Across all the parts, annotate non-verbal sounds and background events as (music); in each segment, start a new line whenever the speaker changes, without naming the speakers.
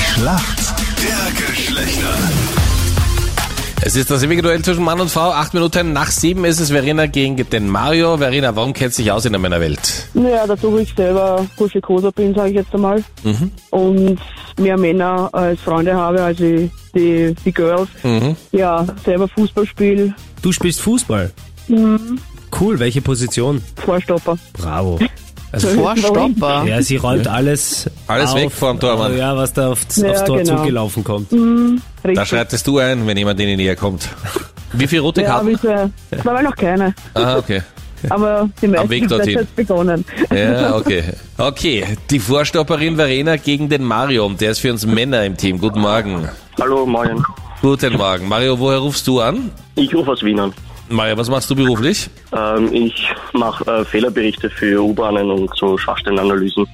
Schlacht der Geschlechter.
Es ist das ewige Duell zwischen Mann und Frau. Acht Minuten nach sieben ist es Verena gegen den Mario. Verena, warum kennt sich aus in der Männerwelt?
Naja, dadurch ich selber Buschikoser bin, sage ich jetzt einmal,
Mhm.
und mehr Männer als Freunde habe, als ich die, die Girls,
Mhm.
ja, selber Fußball spiele,
Du spielst Fußball?
Mhm.
Cool, welche Position?
Vorstopper. (laughs)
Bravo. Also,
Vorstopper.
ja, sie räumt alles
Alles
auf, äh,
weg vom Tormann.
Ja, was da aufs,
Ja,
aufs Tor
genau.
zugelaufen kommt.
Da
Richtig.
schreitest du ein, wenn jemand denen näher kommt. Wie viel rote
Ja,
Karten?
bisher. Zweimal noch keine,
Ah, okay.
aber die
Weg
meisten sind
dorthin.
jetzt begonnen.
Ja, okay. Okay, die Vorstopperin Verena gegen den Mario. Und der ist für uns Männer im Team. Guten Morgen.
Hallo, moin.
Guten Morgen. Mario, woher rufst du an?
Ich rufe aus Wien an.
Mario, was machst du beruflich?
Ähm, ich mache äh, Fehlerberichte für U-Bahnen und so Schwachstellenanalysen.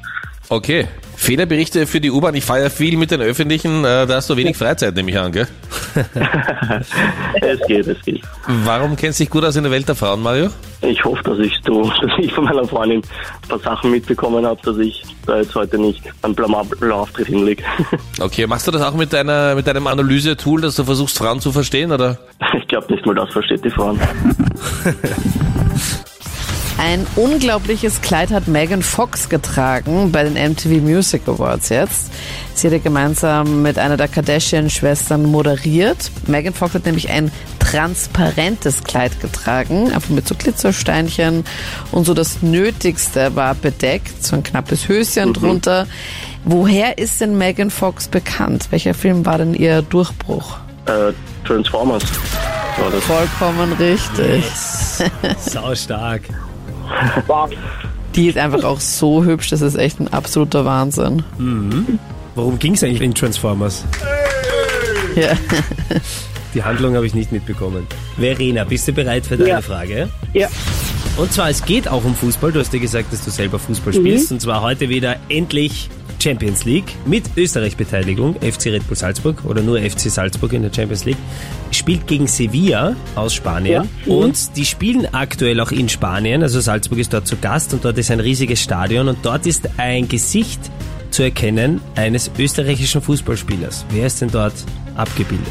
Okay. Fehlerberichte für die U-Bahn. Ich fahre ja viel mit den Öffentlichen. äh, Da hast du wenig Freizeit, nehme ich an, gell?
(laughs) Es geht, es geht.
Warum kennst du dich gut aus in der Welt der Frauen, Mario?
Ich hoffe, dass ich, so, (laughs) dass ich von meiner Freundin ein paar Sachen mitbekommen habe, dass ich da jetzt heute nicht einen blamablen Auftritt hinlege. (laughs)
Okay, machst du das auch mit, deiner, mit deinem Analyse-Tool, dass du versuchst, Frauen zu verstehen, oder?
Ich glaube nicht mal, das versteht die Frauen.
Ein unglaubliches Kleid hat Megan Fox getragen bei den MTV Music Awards jetzt. Sie hat ja gemeinsam mit einer der Kardashian-Schwestern moderiert. Megan Fox hat nämlich ein transparentes Kleid getragen, einfach mit so Glitzersteinchen und so das Nötigste war bedeckt, so ein knappes Höschen drunter. Woher ist denn Megan Fox bekannt? Welcher Film war denn ihr Durchbruch?
Äh, Transformers. War das.
Vollkommen richtig.
Sau stark.
Die ist einfach auch so hübsch, das ist echt ein absoluter Wahnsinn.
Worum ging es eigentlich in Transformers?
Ja.
Die Handlung habe ich nicht mitbekommen. Verena, bist du bereit für deine
Ja.
Frage?
Ja.
Und zwar, es geht auch um Fußball. Du hast ja gesagt, dass du selber Fußball spielst. Und zwar heute wieder endlich Champions League mit Österreich-Beteiligung. FC Red Bull Salzburg oder nur FC Salzburg in der Champions League. Spielt gegen Sevilla aus Spanien. Und die spielen aktuell auch in Spanien. Also Salzburg ist dort zu Gast und dort ist ein riesiges Stadion. Und dort ist ein Gesicht zu erkennen eines österreichischen Fußballspielers. Wer ist denn dort abgebildet?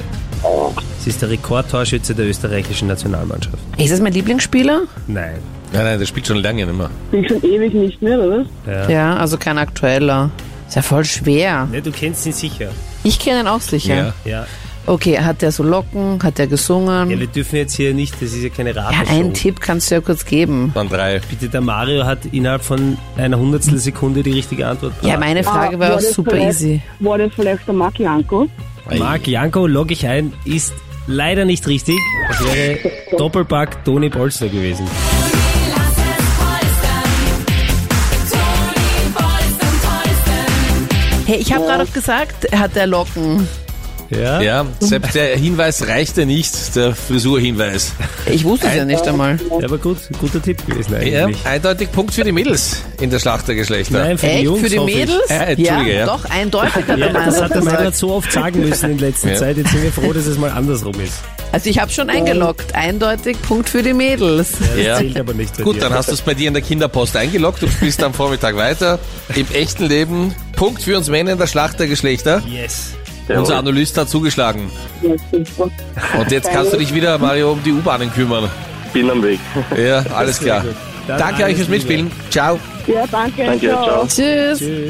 Es ist der Rekordtorschütze der österreichischen Nationalmannschaft.
Ist das mein Lieblingsspieler?
Nein.
Nein, nein, das spielt schon lange nicht mehr.
Bin schon ewig nicht mehr, oder?
Ja, also kein aktueller. Ist ja voll schwer.
Ne, du kennst ihn sicher.
Ich kenne ihn auch sicher.
Ja.
Ja.
Okay, hat der so Locken? Hat der gesungen?
ja, also-
Ja,
wir dürfen jetzt hier nicht, das ist ja keine
einen
Ratenshow.
Tipp kannst du ja kurz geben.
Waren drei.
Bitte, der Mario hat innerhalb von einer Hundertstel Sekunde die richtige Antwort.
Ja, meine Frage
Ah,
war auch
das
super
vielleicht-
easy.
War das vielleicht der Marki Anko?
Ah, Marc Janko, log ich ein, ist leider nicht richtig. Das wäre Doppelpack Toni Bolzner gewesen.
Hey, ich habe gerade auch gesagt, hat der Locken.
Ja?
Ja, selbst der Hinweis reichte nicht, der Frisurhinweis.
Ich wusste es ja nicht einmal.
Ja, aber gut, guter Tipp gewesen
Ja,
eigentlich.
eindeutig Punkt für die Mädels in der Schlacht der Geschlechter.
Nein, für die
Echt?
Jungs
Für die
hoffe ich.
Mädels?
Äh, Entschuldige, ja.
Doch, eindeutig hat
Ja,
er
das hat
meinen.
der Mario so oft sagen müssen in letzter
Ja.
Zeit. Jetzt sind wir froh, dass es mal andersrum ist.
Also ich habe schon eingeloggt. Eindeutig Punkt für die Mädels.
Das
Ja.
zählt aber nicht bei
Gut,
dir.
dann hast du es bei dir in der Kinderpost eingeloggt und spielst am Vormittag weiter. Im echten Leben Punkt für uns Männer in der Schlacht der Geschlechter.
Yes.
Unser Analyst hat zugeschlagen.
Ja, super.
Und jetzt kannst du dich wieder, Mario, um die U-Bahnen kümmern.
Bin am Weg.
Ja, alles klar.
Sehr gut. Dann
Danke euch
alles
fürs
Liebe.
Mitspielen. Ciao.
Ja, danke.
Danke,
ciao.
ciao.
Tschüss.